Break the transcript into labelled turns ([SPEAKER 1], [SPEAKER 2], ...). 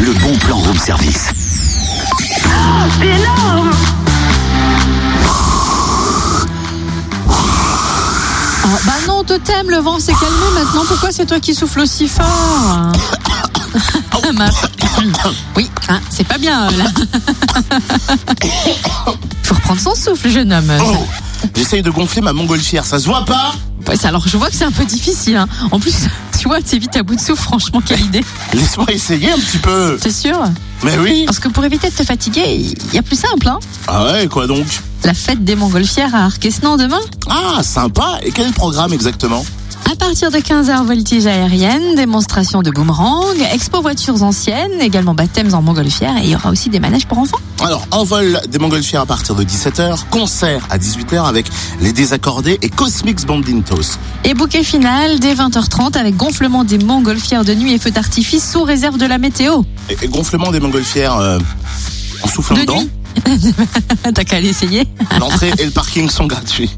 [SPEAKER 1] le bon plan room service.
[SPEAKER 2] Oh, c'est énorme
[SPEAKER 3] Ah, bah non, totem, le vent s'est calmé maintenant. Pourquoi c'est toi qui souffles aussi fort Ah, mince. Oui, hein, c'est pas bien là. Faut reprendre son souffle, jeune homme.
[SPEAKER 4] Oh J'essaye de gonfler ma montgolfière, ça se voit pas
[SPEAKER 3] Ouais, ça- alors je vois que c'est un peu difficile. hein. En plus, tu vois, t'es vite à bout de souffle, franchement, quelle idée.
[SPEAKER 4] Laisse-moi essayer un petit peu
[SPEAKER 3] C'est sûr
[SPEAKER 4] Mais oui
[SPEAKER 3] Parce que pour éviter de te fatiguer, il y a plus simple. Hein
[SPEAKER 4] Ah ouais, quoi donc
[SPEAKER 3] La fête des montgolfières à Arquesnan demain
[SPEAKER 4] Ah, sympa Et quel est le programme exactement
[SPEAKER 3] À partir de 15h, voltige aérienne, démonstration de boomerang, expo voitures anciennes, également baptêmes en montgolfière et il y aura aussi des manèges pour enfants.
[SPEAKER 4] Alors, envol des montgolfières à partir de 17h, concert à 18h avec Les Désaccordés et Cosmics Bandintos.
[SPEAKER 3] Et bouquet final dès 20h30 avec gonflement des montgolfières de nuit et feux d'artifice sous réserve de la météo.
[SPEAKER 4] Et, et gonflement des montgolfières euh, en soufflant
[SPEAKER 3] De
[SPEAKER 4] dedans.
[SPEAKER 3] nuit T'as qu'à l'essayer
[SPEAKER 4] L'entrée et le parking sont gratuits.